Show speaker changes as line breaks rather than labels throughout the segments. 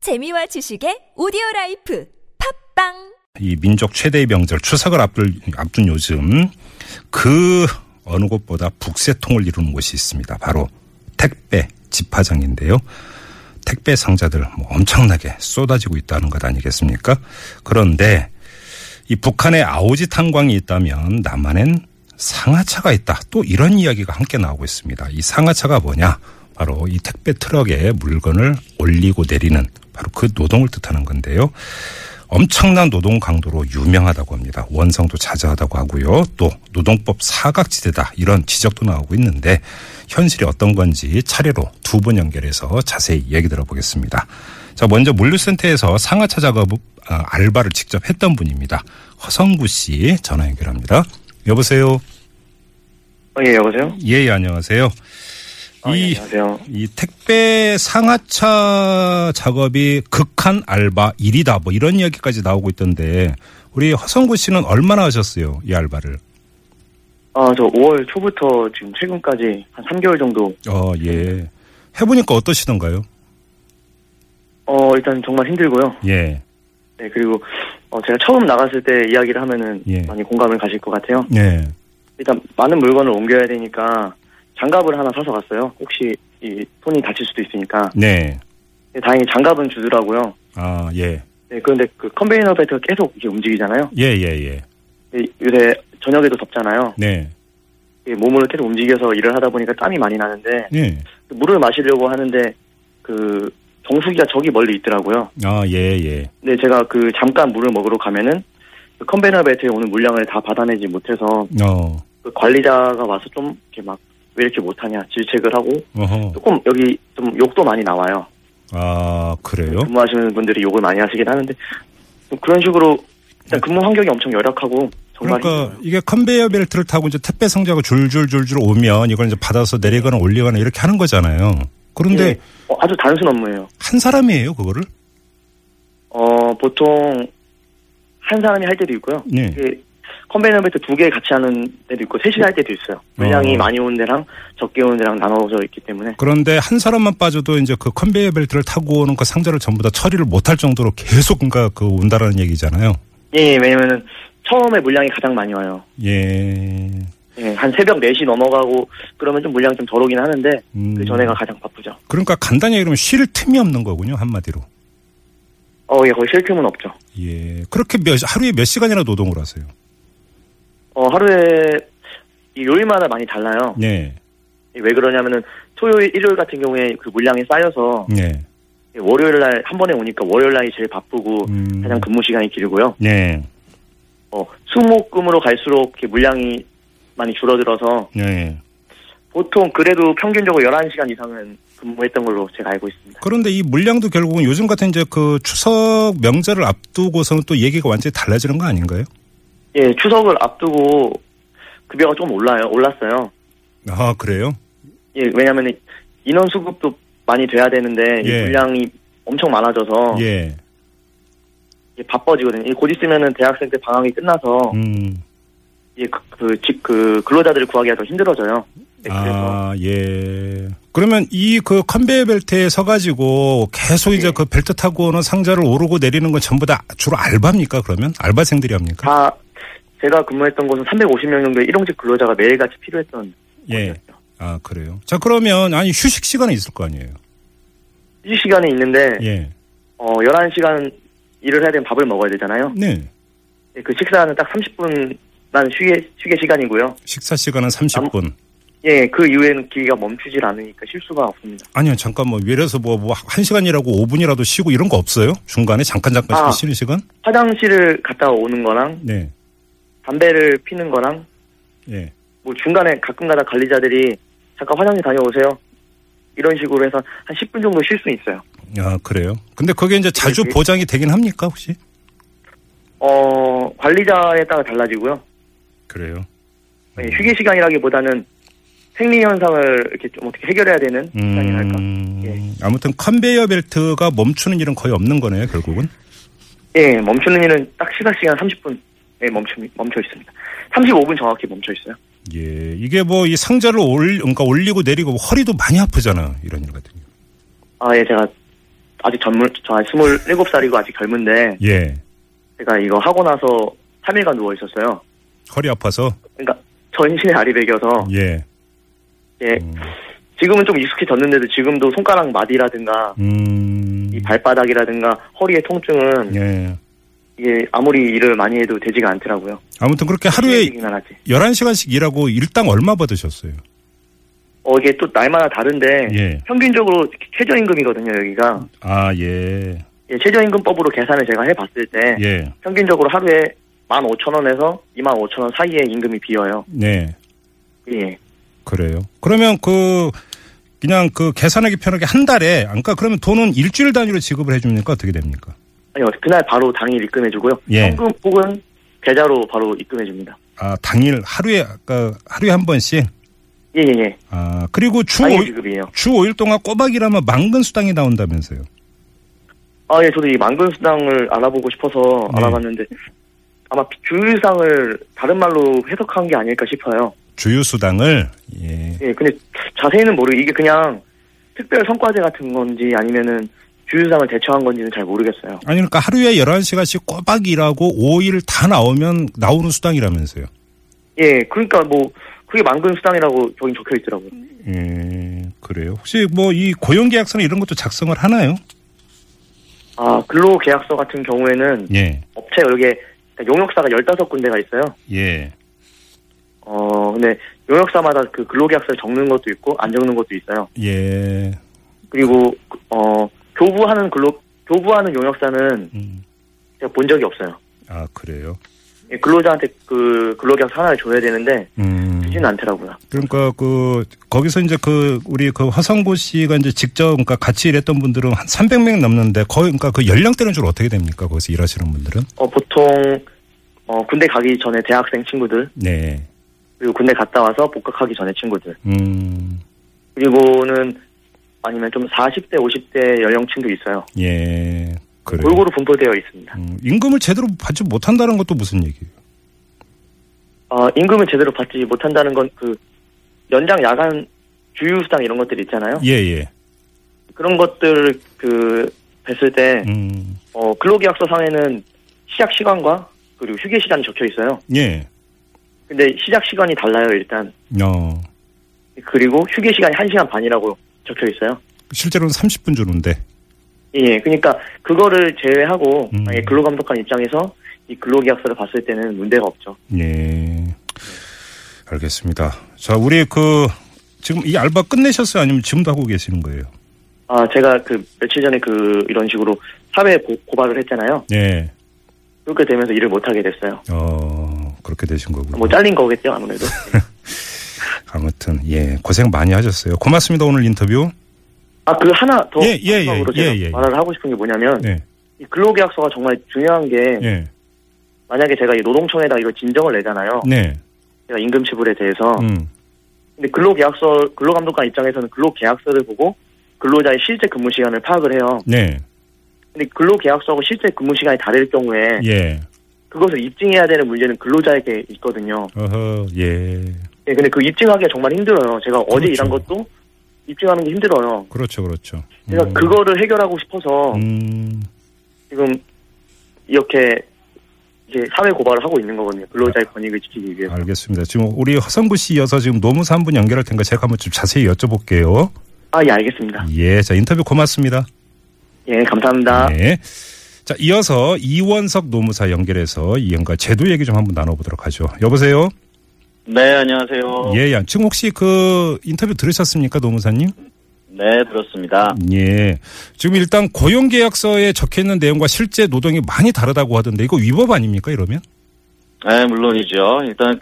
재미와 지식의 오디오 라이프 팝빵
이 민족 최대의 명절 추석을 앞둔, 앞둔 요즘 그 어느 곳보다 북새통을 이루는 곳이 있습니다. 바로 택배 집화장인데요. 택배 상자들 뭐 엄청나게 쏟아지고 있다는 것 아니겠습니까? 그런데 이 북한에 아오지 탄광이 있다면 남한엔 상하차가 있다. 또 이런 이야기가 함께 나오고 있습니다. 이 상하차가 뭐냐? 바로 이 택배 트럭에 물건을 올리고 내리는 바로 그 노동을 뜻하는 건데요. 엄청난 노동 강도로 유명하다고 합니다. 원성도 자자하다고 하고요. 또 노동법 사각지대다 이런 지적도 나오고 있는데 현실이 어떤 건지 차례로 두 분 연결해서 자세히 얘기 들어보겠습니다. 자, 먼저 물류센터에서 상하차 작업 아, 알바를 직접 했던 분입니다. 허성구 씨 전화 연결합니다. 여보세요.
어, 예, 여보세요?
예, 안녕하세요.
아, 예,
이
안녕하세요.
이 택배 상하차 작업이 극한 알바 일이다 뭐 이런 이야기까지 나오고 있던데 우리 허성구 씨는 얼마나 하셨어요 이 알바를?
아, 저 5월 초부터 지금 최근까지 한 3개월 정도,
어 예. 해보니까 어떠시던가요?
어, 일단 정말 힘들고요.
예.
네, 그리고, 어, 제가 처음 나갔을 때 이야기를 하면은
예.
많이 공감을 가실 것 같아요.
예.
일단 많은 물건을 옮겨야 되니까 장갑을 하나 사서 갔어요. 혹시 이 손이 다칠 수도 있으니까.
네.
네, 다행히 장갑은 주더라고요.
아 예.
네, 그런데 그 컨베이너 벨트가 계속 이렇게 움직이잖아요.
예 예, 예.
네, 요새 저녁에도 덥잖아요.
네.
이 몸으로 계속 움직여서 일을 하다 보니까 땀이 많이 나는데
예.
물을 마시려고 하는데 그 정수기가 저기 멀리 있더라고요.
아 예 예.
근데 제가 그 잠깐 물을 먹으러 가면은 그 컨베이너 벨트에 오는 물량을 다 받아내지 못해서
어.
그 관리자가 와서 좀 이렇게 막 왜 이렇게 못하냐 질책을 하고
어허.
조금 여기 좀 욕도 많이 나와요.
아 그래요?
근무하시는 분들이 욕을 많이 하시긴 하는데 좀 그런 식으로 일단 근무 환경이 엄청 열악하고 정말
네.
예,
그러니까 이게 컨베이어 벨트를 타고 이제 택배 상자가 줄줄줄줄 오면 이걸 이제 받아서 내리거나 올리거나 이렇게 하는 거잖아요. 그런데
예, 어, 아주 단순 업무예요.
한 사람이에요, 그거를?
어 보통 한 사람이 할 때도 있고요.
네.
이게 그 컨베이너 벨트 두 개 같이 하는 데도 있고 셋이 할 때도 있어요. 물량이
어.
많이 오는 데랑 적게 오는 데랑 나눠져 있기 때문에
그런데 한 사람만 빠져도 이제 그 컨베이어 벨트를 타고 오는 그 상자를 전부 다 처리를 못할 정도로 계속 그러니까 그 온다라는 얘기잖아요.
예 왜냐면은 처음에 물량이 가장 많이 와요.
예.
예, 한 새벽 4시 넘어가고 그러면 좀 물량이 좀 덜 오긴 하는데
음.
그 전에가 가장 바쁘죠.
그러니까 간단히 얘기하면 쉴 틈이 없는 거군요, 한마디로.
어, 예, 거의 쉴 틈은 없죠.
예. 그렇게 몇, 하루에 몇 시간이나 노동을 하세요?
어, 하루에 이 요일마다 많이 달라요.
네.
예, 왜 그러냐면은 토요일, 일요일 같은 경우에 그 물량이 쌓여서
네.
예, 월요일 날 한 번에 오니까 월요일 날이 제일 바쁘고
음.
가장 근무 시간이 길고요.
네.
어, 수목금으로 갈수록 이렇게 물량이 많이 줄어들어서
네.
보통 그래도 평균적으로 11시간 이상은 근무했던 걸로 제가 알고 있습니다.
그런데 이 물량도 결국은 요즘 같은 이제 그 추석 명절을 앞두고서는 또 얘기가 완전히 달라지는 거 아닌가요?
예, 추석을 앞두고 급여가 좀 올라요, 올랐어요.
아, 그래요?
예, 왜냐면 인원 수급도 많이 돼야 되는데 이
예.
물량이 엄청 많아져서
예.
이게 바빠지거든요. 이곧 있으면은 대학생 때 방학이 끝나서
음.
이게 그, 그, 직- 그 근로자들을 구하기가 더 힘들어져요. 네, 그래서
아, 예. 그러면 이 그 컨베이어 벨트에 서가지고 계속 이제 그 벨트 타고 오는 상자를 오르고 내리는 건 전부 다 주로 알바입니까, 그러면? 알바생들이 합니까?
다 제가 근무했던 곳은 350명 정도의 일용직 근로자가 매일같이 필요했던
예.
곳이었죠.
아, 그래요. 자, 그러면, 아니, 휴식 시간이 있을 거 아니에요?
휴식 시간이 있는데
예.
어 11시간 일을 해야 되면 밥을 먹어야 되잖아요.
네.
예, 그 식사는 딱 30분만 휴게 휴게 시간이고요.
식사 시간은 30분.
예, 그 이후에는 기계가 멈추질 않으니까 실수가 없습니다.
아니요, 잠깐 뭐, 예를서 뭐, 뭐, 한시간이라고 5분이라도 쉬고 이런 거 없어요? 중간에 잠깐 잠깐씩
아.
쉬는 시간?
화장실을 갔다 오는 거랑
네.
담배를 피는 거랑
예.
뭐 중간에 가끔가다 관리자들이 잠깐 화장실 다녀오세요. 이런 식으로 해서 한 10분 정도 쉴 수 있어요.
아, 그래요. 근데 그게 이제 자주
네, 네.
보장이 되긴 합니까, 혹시?
어, 관리자에 따라 달라지고요.
그래요.
예, 휴게 시간이라기보다는 생리 현상을 이렇게 좀 어떻게 해결해야 되는 시간이랄까. 예.
음, 아무튼 컨베이어 벨트가 멈추는 일은 거의 없는 거네요, 결국은.
예, 멈추는 일은 딱 시각 시간 30분에 예, 멈춰 멈춰 있습니다. 35분 정확히 멈춰 있어요.
예, 이게 뭐 이 상자를 뭐 올, 그러니까 올리고 내리고 허리도 많이 아프잖아, 이런 일 같은 경우.
아, 예, 제가 아직 젊은, 저 27살이고 아직 젊은데,
예.
제가 이거 하고 나서 3일간 누워 있었어요.
허리 아파서
그러니까 전신에 알이 베겨서,
예.
어. 예,
음.
지금은 좀 익숙해졌는데도 지금도 손가락 마디라든가,
음.
이 발바닥이라든가 허리의 통증은
예.
이게 아무리 일을 많이 해도 되지가 않더라고요.
아무튼 그렇게 하루에
힘들기만 하지.
11시간씩 일하고 일당 얼마 받으셨어요?
어 이게 또 날마다 다른데
예.
평균적으로 최저임금이거든요 여기가
아, 예.
예, 최저임금법으로 계산을 제가 해봤을 때
예.
평균적으로 하루에 15,000원에서 25,000원 사이에 임금이 비어요.
네.
예.
그래요. 그러면 그 그냥 그 계산하기 편하게 한 달에 아까 그러면 돈은 일주일 단위로 지급을 해 줍니까? 어떻게 됩니까?
아니요 그날 바로 당일 입금해주고요.
예.
현금 혹은 계좌로 바로 입금해줍니다.
아, 당일 하루에 아까 하루에 한 번씩
예예예. 예,
아, 그리고 주
당일
5일
지급이에요.
주 5일 동안 꼬박이라면 만근 수당이 나온다면서요.
아 예 저도 이 만근 수당을 알아보고 싶어서
네.
알아봤는데 아마 주일상을 다른 말로 해석한 게 아닐까 싶어요.
주유 수당을 예.
예, 근데 자세히는 모르. 이게 그냥 특별 성과제 같은 건지 아니면은 주유상을 대처한 건지는 잘 모르겠어요.
아니 그러니까 하루에 11시간씩 꼬박 일하고 5일 다 나오면 나오는 수당이라면서요.
예, 그러니까 뭐 그게 만근 수당이라고 저기 적혀 있더라고요.
예. 그래요. 혹시 뭐 이 고용 계약서나 이런 것도 작성을 하나요?
아, 근로 계약서 같은 경우에는
예.
업체 여기에 그러니까 용역사가 15군데가 있어요.
예.
어, 근데 용역사마다 그 근로 계약서를 적는 것도 있고 안 적는 것도 있어요.
예.
그리고 그- 어, 교부하는 근로 교부하는 용역사는
음.
제가 본 적이 없어요.
아, 그래요.
예, 근로자한테 그 근로 계약서 하나를 줘야 되는데
음.
주지는 않더라고요.
그러니까 그 거기서 이제 그 우리 그 허성고 씨가 이제 직접 그러니까 같이 일했던 분들은 한 300명 넘는데 거의 그러니까 그 연령대는 주로 어떻게 됩니까? 거기서 일하시는 분들은?
어, 보통 어, 군대 가기 전에 대학생 친구들
네.
그리고 군대 갔다 와서 복학하기 전에 친구들
음.
그리고는 아니면 좀 40대 50대 연령층도 있어요.
예. 그래요.
골고루 분포되어 있습니다.
음, 임금을 제대로 받지 못한다는 것도 무슨 얘기예요?
어, 임금을 제대로 받지 못한다는 건 그 연장 야간 주휴수당 이런 것들 있잖아요.
예, 예.
그런 것들 그 뵀을 때
음.
어, 근로계약서상에는 시작 시간과 그리고 휴게 시간이 적혀 있어요.
예.
근데 시작 시간이 달라요 일단
어.
그리고 휴게 시간이 1 시간 반이라고 적혀 있어요.
실제로는 30분 주는데.
예, 그러니까 그거를 제외하고
음.
만약에 근로감독관 입장에서 이 근로계약서를 봤을 때는 문제가 없죠.
예. 알겠습니다. 자, 우리 그 지금 이 알바 끝내셨어요? 아니면 지금도 하고 계시는 거예요?
아, 제가 그 며칠 전에 그 이런 식으로 사회 고, 고발을 했잖아요.
예.
그렇게 되면서 일을 못 하게 됐어요.
어, 그렇게 되신 거군요.
뭐 잘린 거겠죠, 아무래도.
아무튼 예, 고생 많이 하셨어요. 고맙습니다. 오늘 인터뷰.
아, 그 하나 더
예, 예, 예,
마지막으로
예,
제가
예, 예.
말을 하고 싶은 게 뭐냐면
네.
이 근로계약서가 정말 중요한 게
예.
만약에 제가 이 노동청에다 이거 진정을 내잖아요.
네.
제가 임금 지불에 대해서.
음.
근데 근로계약서 근로감독관 입장에서는 근로계약서를 보고 근로자의 실제 근무 시간을 파악을 해요.
네.
근데 근로계약서하고 실제 근무 시간이 다를 경우에
예.
그것을 입증해야 되는 문제는 근로자에게 있거든요.
어허. 예.
예, 근데 그 입증하기가 정말 힘들어요. 제가 어제
그렇죠.
일한 것도 입증하는 게 힘들어요.
그렇죠. 그렇죠.
제가
음.
그거를 해결하고 싶어서
음.
지금 이렇게 이제 사회 고발을 하고 있는 거거든요. 근로자의 권익을 지키기 위해서.
알겠습니다. 지금 우리 허성구 씨 이어서 지금 노무사 한 분 연결할 테니까 제가 한번 좀 자세히 여쭤볼게요.
아, 예, 알겠습니다.
예. 자, 인터뷰 고맙습니다.
예, 감사합니다.
네. 자, 이어서 이원석 노무사 연결해서 이연과 제도 얘기 좀 한번 나눠보도록 하죠. 여보세요?
네, 안녕하세요.
어.
예, 예. 지금 혹시 그 인터뷰 들으셨습니까, 노무사님?
네, 들었습니다.
예. 지금 일단 고용계약서에 적혀 있는 내용과 실제 노동이 많이 다르다고 하던데 이거 위법 아닙니까 이러면?
네, 물론이죠. 일단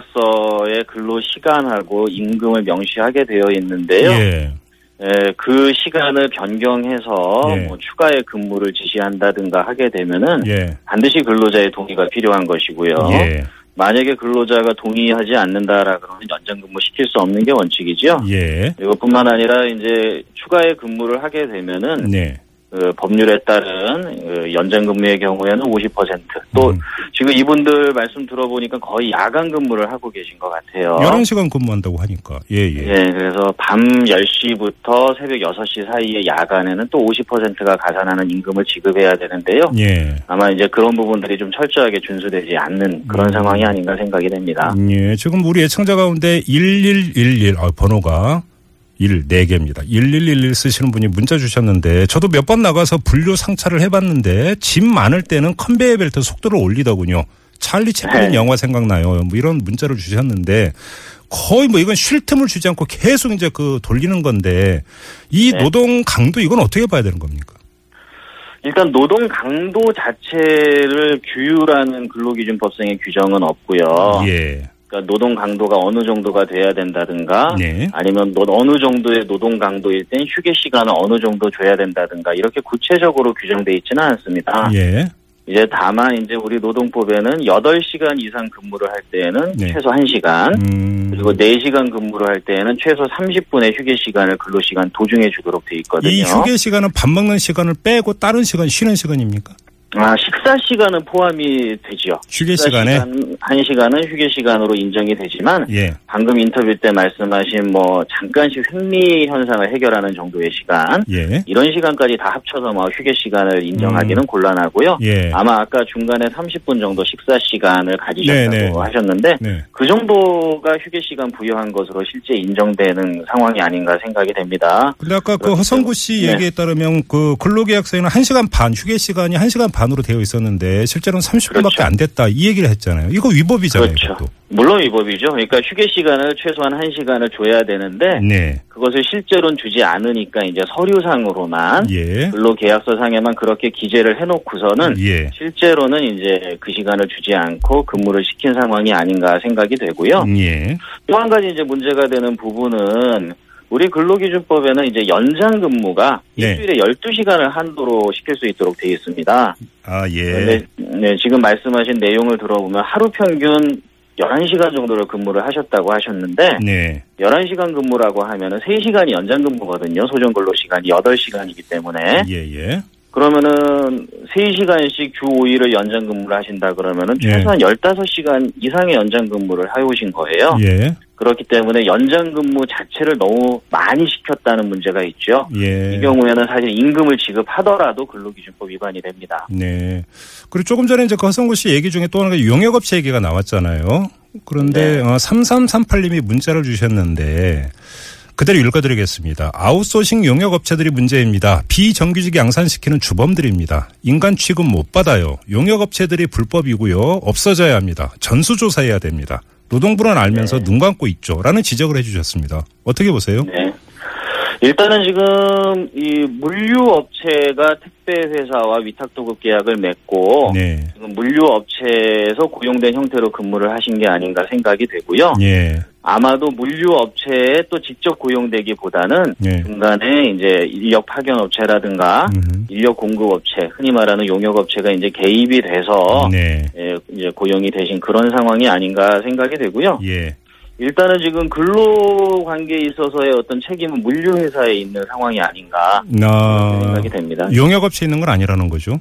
근로계약서에 근로시간하고 임금을 명시하게 되어 있는데요.
예.
예, 그 시간을 변경해서
예.
뭐 추가의 근무를 지시한다든가 하게 되면은
예.
반드시 근로자의 동의가 필요한 것이고요.
예.
만약에 근로자가 동의하지 않는다라 그러면 연장 근무 시킬 수 없는 게 원칙이죠.
예.
이것뿐만 아니라 이제 추가의 근무를 하게 되면은
네.
그 법률에 따른 그 연장 근무의 경우에는 50%또
음.
지금 이분들 말씀 들어보니까 거의 야간 근무를 하고 계신 것 같아요.
11시간 근무한다고 하니까. 예, 예.
예, 그래서 밤 10시부터 새벽 6시 사이에 야간에는 또 50%가 가산하는 임금을 지급해야 되는데요.
예.
아마 이제 그런 부분들이 좀 철저하게 준수되지 않는 그런
음.
상황이 아닌가 생각이 됩니다.
예, 지금 우리 애청자 가운데 1111 아, 번호가 1, 4개입니다. 1111 쓰시는 분이 문자 주셨는데 저도 몇 번 나가서 분류 상차를 해봤는데 짐 많을 때는 컨베이어 벨트 속도를 올리더군요. 찰리 채플린
네.
영화 생각나요. 뭐 이런 문자를 주셨는데 거의 뭐 이건 쉴 틈을 주지 않고 계속 이제 그 돌리는 건데 이
네.
노동 강도 이건 어떻게 봐야 되는 겁니까?
일단 노동 강도 자체를 규율하는 근로기준법상의 규정은 없고요.
예.
그러니까 노동 강도가 어느 정도가 돼야 된다든가
네.
아니면 노- 어느 정도의 노동 강도일 땐 휴게 시간을 어느 정도 줘야 된다든가 이렇게 구체적으로 규정돼 있지는 않습니다.
예.
이제 다만 이제 우리 노동법에는 8시간 이상 근무를 할 때에는
네.
최소 1시간
음.
그리고 4시간 근무를 할 때에는 최소 30분의 휴게 시간을 근로 시간 도중에 주도록 돼 있거든요.
이 휴게 시간은 밥 먹는 시간을 빼고 다른 시간 쉬는 시간입니까?
아, 식사 시간은 포함이 되지요.
휴게
식사
시간에
시간, 한 시간은 휴게 시간으로 인정이 되지만
예.
방금 인터뷰 때 말씀하신 뭐 잠깐씩 횡리 현상을 해결하는 정도의 시간
예.
이런 시간까지 다 합쳐서 뭐 휴게 시간을 인정하기는 곤란하고요.
음. 예.
아마 아까 중간에 30분 정도 식사 시간을 가지셨다고
네, 네.
하셨는데
네.
그 정도가 휴게 시간 부여한 것으로 실제 인정되는 상황이 아닌가 생각이 됩니다.
근데 아까 그
그렇죠.
허성구 씨
네.
얘기에 따르면 그 근로계약서에는 1시간 반 휴게 시간이 1시간 반으로 되어 있었는데 실제로는 30분밖에
그렇죠.
안 됐다. 이 얘기를 했잖아요. 이거 위법이잖아요.
그렇죠.
이것도.
물론 위법이죠. 그러니까 휴게 시간을 최소한 1시간을 줘야 되는데
네.
그것을 실제로는 주지 않으니까 이제 서류상으로만
예.
근로계약서상에만 그렇게 기재를 해놓고서는
예.
실제로는 이제 그 시간을 주지 않고 근무를 시킨 상황이 아닌가 생각이 되고요.
예.
또 한 가지 이제 문제가 되는 부분은 우리 근로기준법에는 이제 연장 근무가
네.
일주일에 12시간을 한도로 시킬 수 있도록 돼 있습니다.
아, 예.
그런데 네, 지금 말씀하신 내용을 들어보면 하루 평균 11시간 정도를 근무를 하셨다고 하셨는데
네.
11시간 근무라고 하면은 3시간이 연장 근무거든요. 소정 근로 시간이 8시간이기 때문에.
예, 예.
그러면은 3시간씩 주 5일을 연장 근무를 하신다 그러면은
예.
최소한 15시간 이상의 연장 근무를 해오신 거예요.
예.
그렇기 때문에 연장 근무 자체를 너무 많이 시켰다는 문제가 있죠. 이
예.
경우에는 사실 임금을 지급하더라도 근로기준법 위반이 됩니다.
네. 그리고 조금 전에 이제 그 허성구 씨 얘기 중에 또 하나가 그 용역업체 얘기가 나왔잖아요. 그런데
네.
어, 3338님이 문자를 주셨는데 그대로 읽어드리겠습니다. 아웃소싱 용역업체들이 문제입니다. 비정규직 양산시키는 주범들입니다. 인간 취급 못 받아요. 용역업체들이 불법이고요. 없어져야 합니다. 전수조사해야 됩니다. 노동부는 알면서 눈 감고 있죠. 라는 지적을 해주셨습니다. 어떻게 보세요?
네. 일단은 지금 이 물류업체가 택배회사와 위탁도급 계약을 맺고
네.
지금 물류업체에서 고용된 형태로 근무를 하신 게 아닌가 생각이 되고요.
예.
아마도 물류업체에 또 직접 고용되기보다는
예.
중간에 이제 인력 파견업체라든가
음.
인력 공급업체, 흔히 말하는 용역업체가 이제 개입이 돼서
네.
예, 이제 고용이 되신 그런 상황이 아닌가 생각이 되고요.
예.
일단은 지금 근로 관계에 있어서의 어떤 책임은 물류회사에 있는 상황이 아닌가
나
생각이 됩니다.
용역업체 있는 건 아니라는 거죠.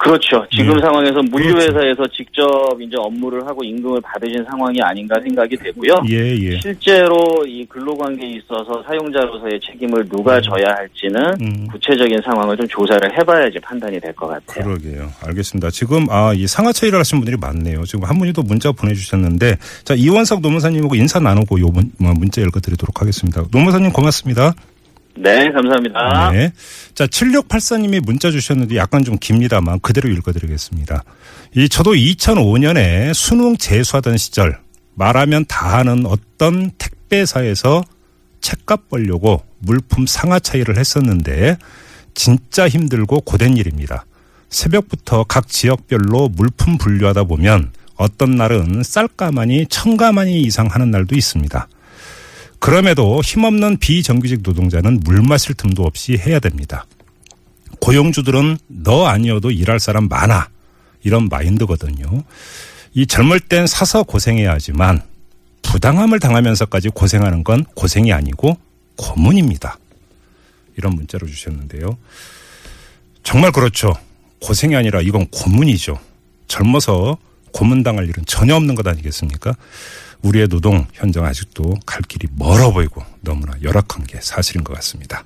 그렇죠. 지금
네.
상황에서 물류회사에서 직접 이제 업무를 하고 임금을 받으신 상황이 아닌가 생각이 되고요.
예,
네.
예.
실제로 이 근로관계에 있어서 사용자로서의 책임을 누가 져야 할지는
음.
구체적인 상황을 좀 조사를 해봐야지 판단이 될 것 같아요.
그러게요. 알겠습니다. 지금 아 이 상하차 일을 하시는 분들이 많네요. 지금 한 분이 또 문자 보내주셨는데 자 이원석 노무사님하고 인사 나누고 요 문, 뭐, 문자 읽어드리도록 하겠습니다. 노무사님 고맙습니다.
네, 감사합니다.
네. 자, 7684님이 문자 주셨는데 약간 좀 깁니다만 그대로 읽어드리겠습니다. 이, 저도 2005년에 수능 재수하던 시절 말하면 다 하는 어떤 택배사에서 책값 벌려고 물품 상하 차이를 했었는데 진짜 힘들고 고된 일입니다. 새벽부터 각 지역별로 물품 분류하다 보면 어떤 날은 쌀가마니 청가마니 이상 하는 날도 있습니다. 그럼에도 힘없는 비정규직 노동자는 물 마실 틈도 없이 해야 됩니다. 고용주들은 너 아니어도 일할 사람 많아. 이런 마인드거든요. 이 젊을 땐 사서 고생해야 하지만 부당함을 당하면서까지 고생하는 건 고생이 아니고 고문입니다. 이런 문자로 주셨는데요. 정말 그렇죠. 고생이 아니라 이건 고문이죠. 젊어서 고문당할 일은 전혀 없는 것 아니겠습니까? 우리의 노동 현장 아직도 갈 길이 멀어 보이고 너무나 열악한 게 사실인 것 같습니다.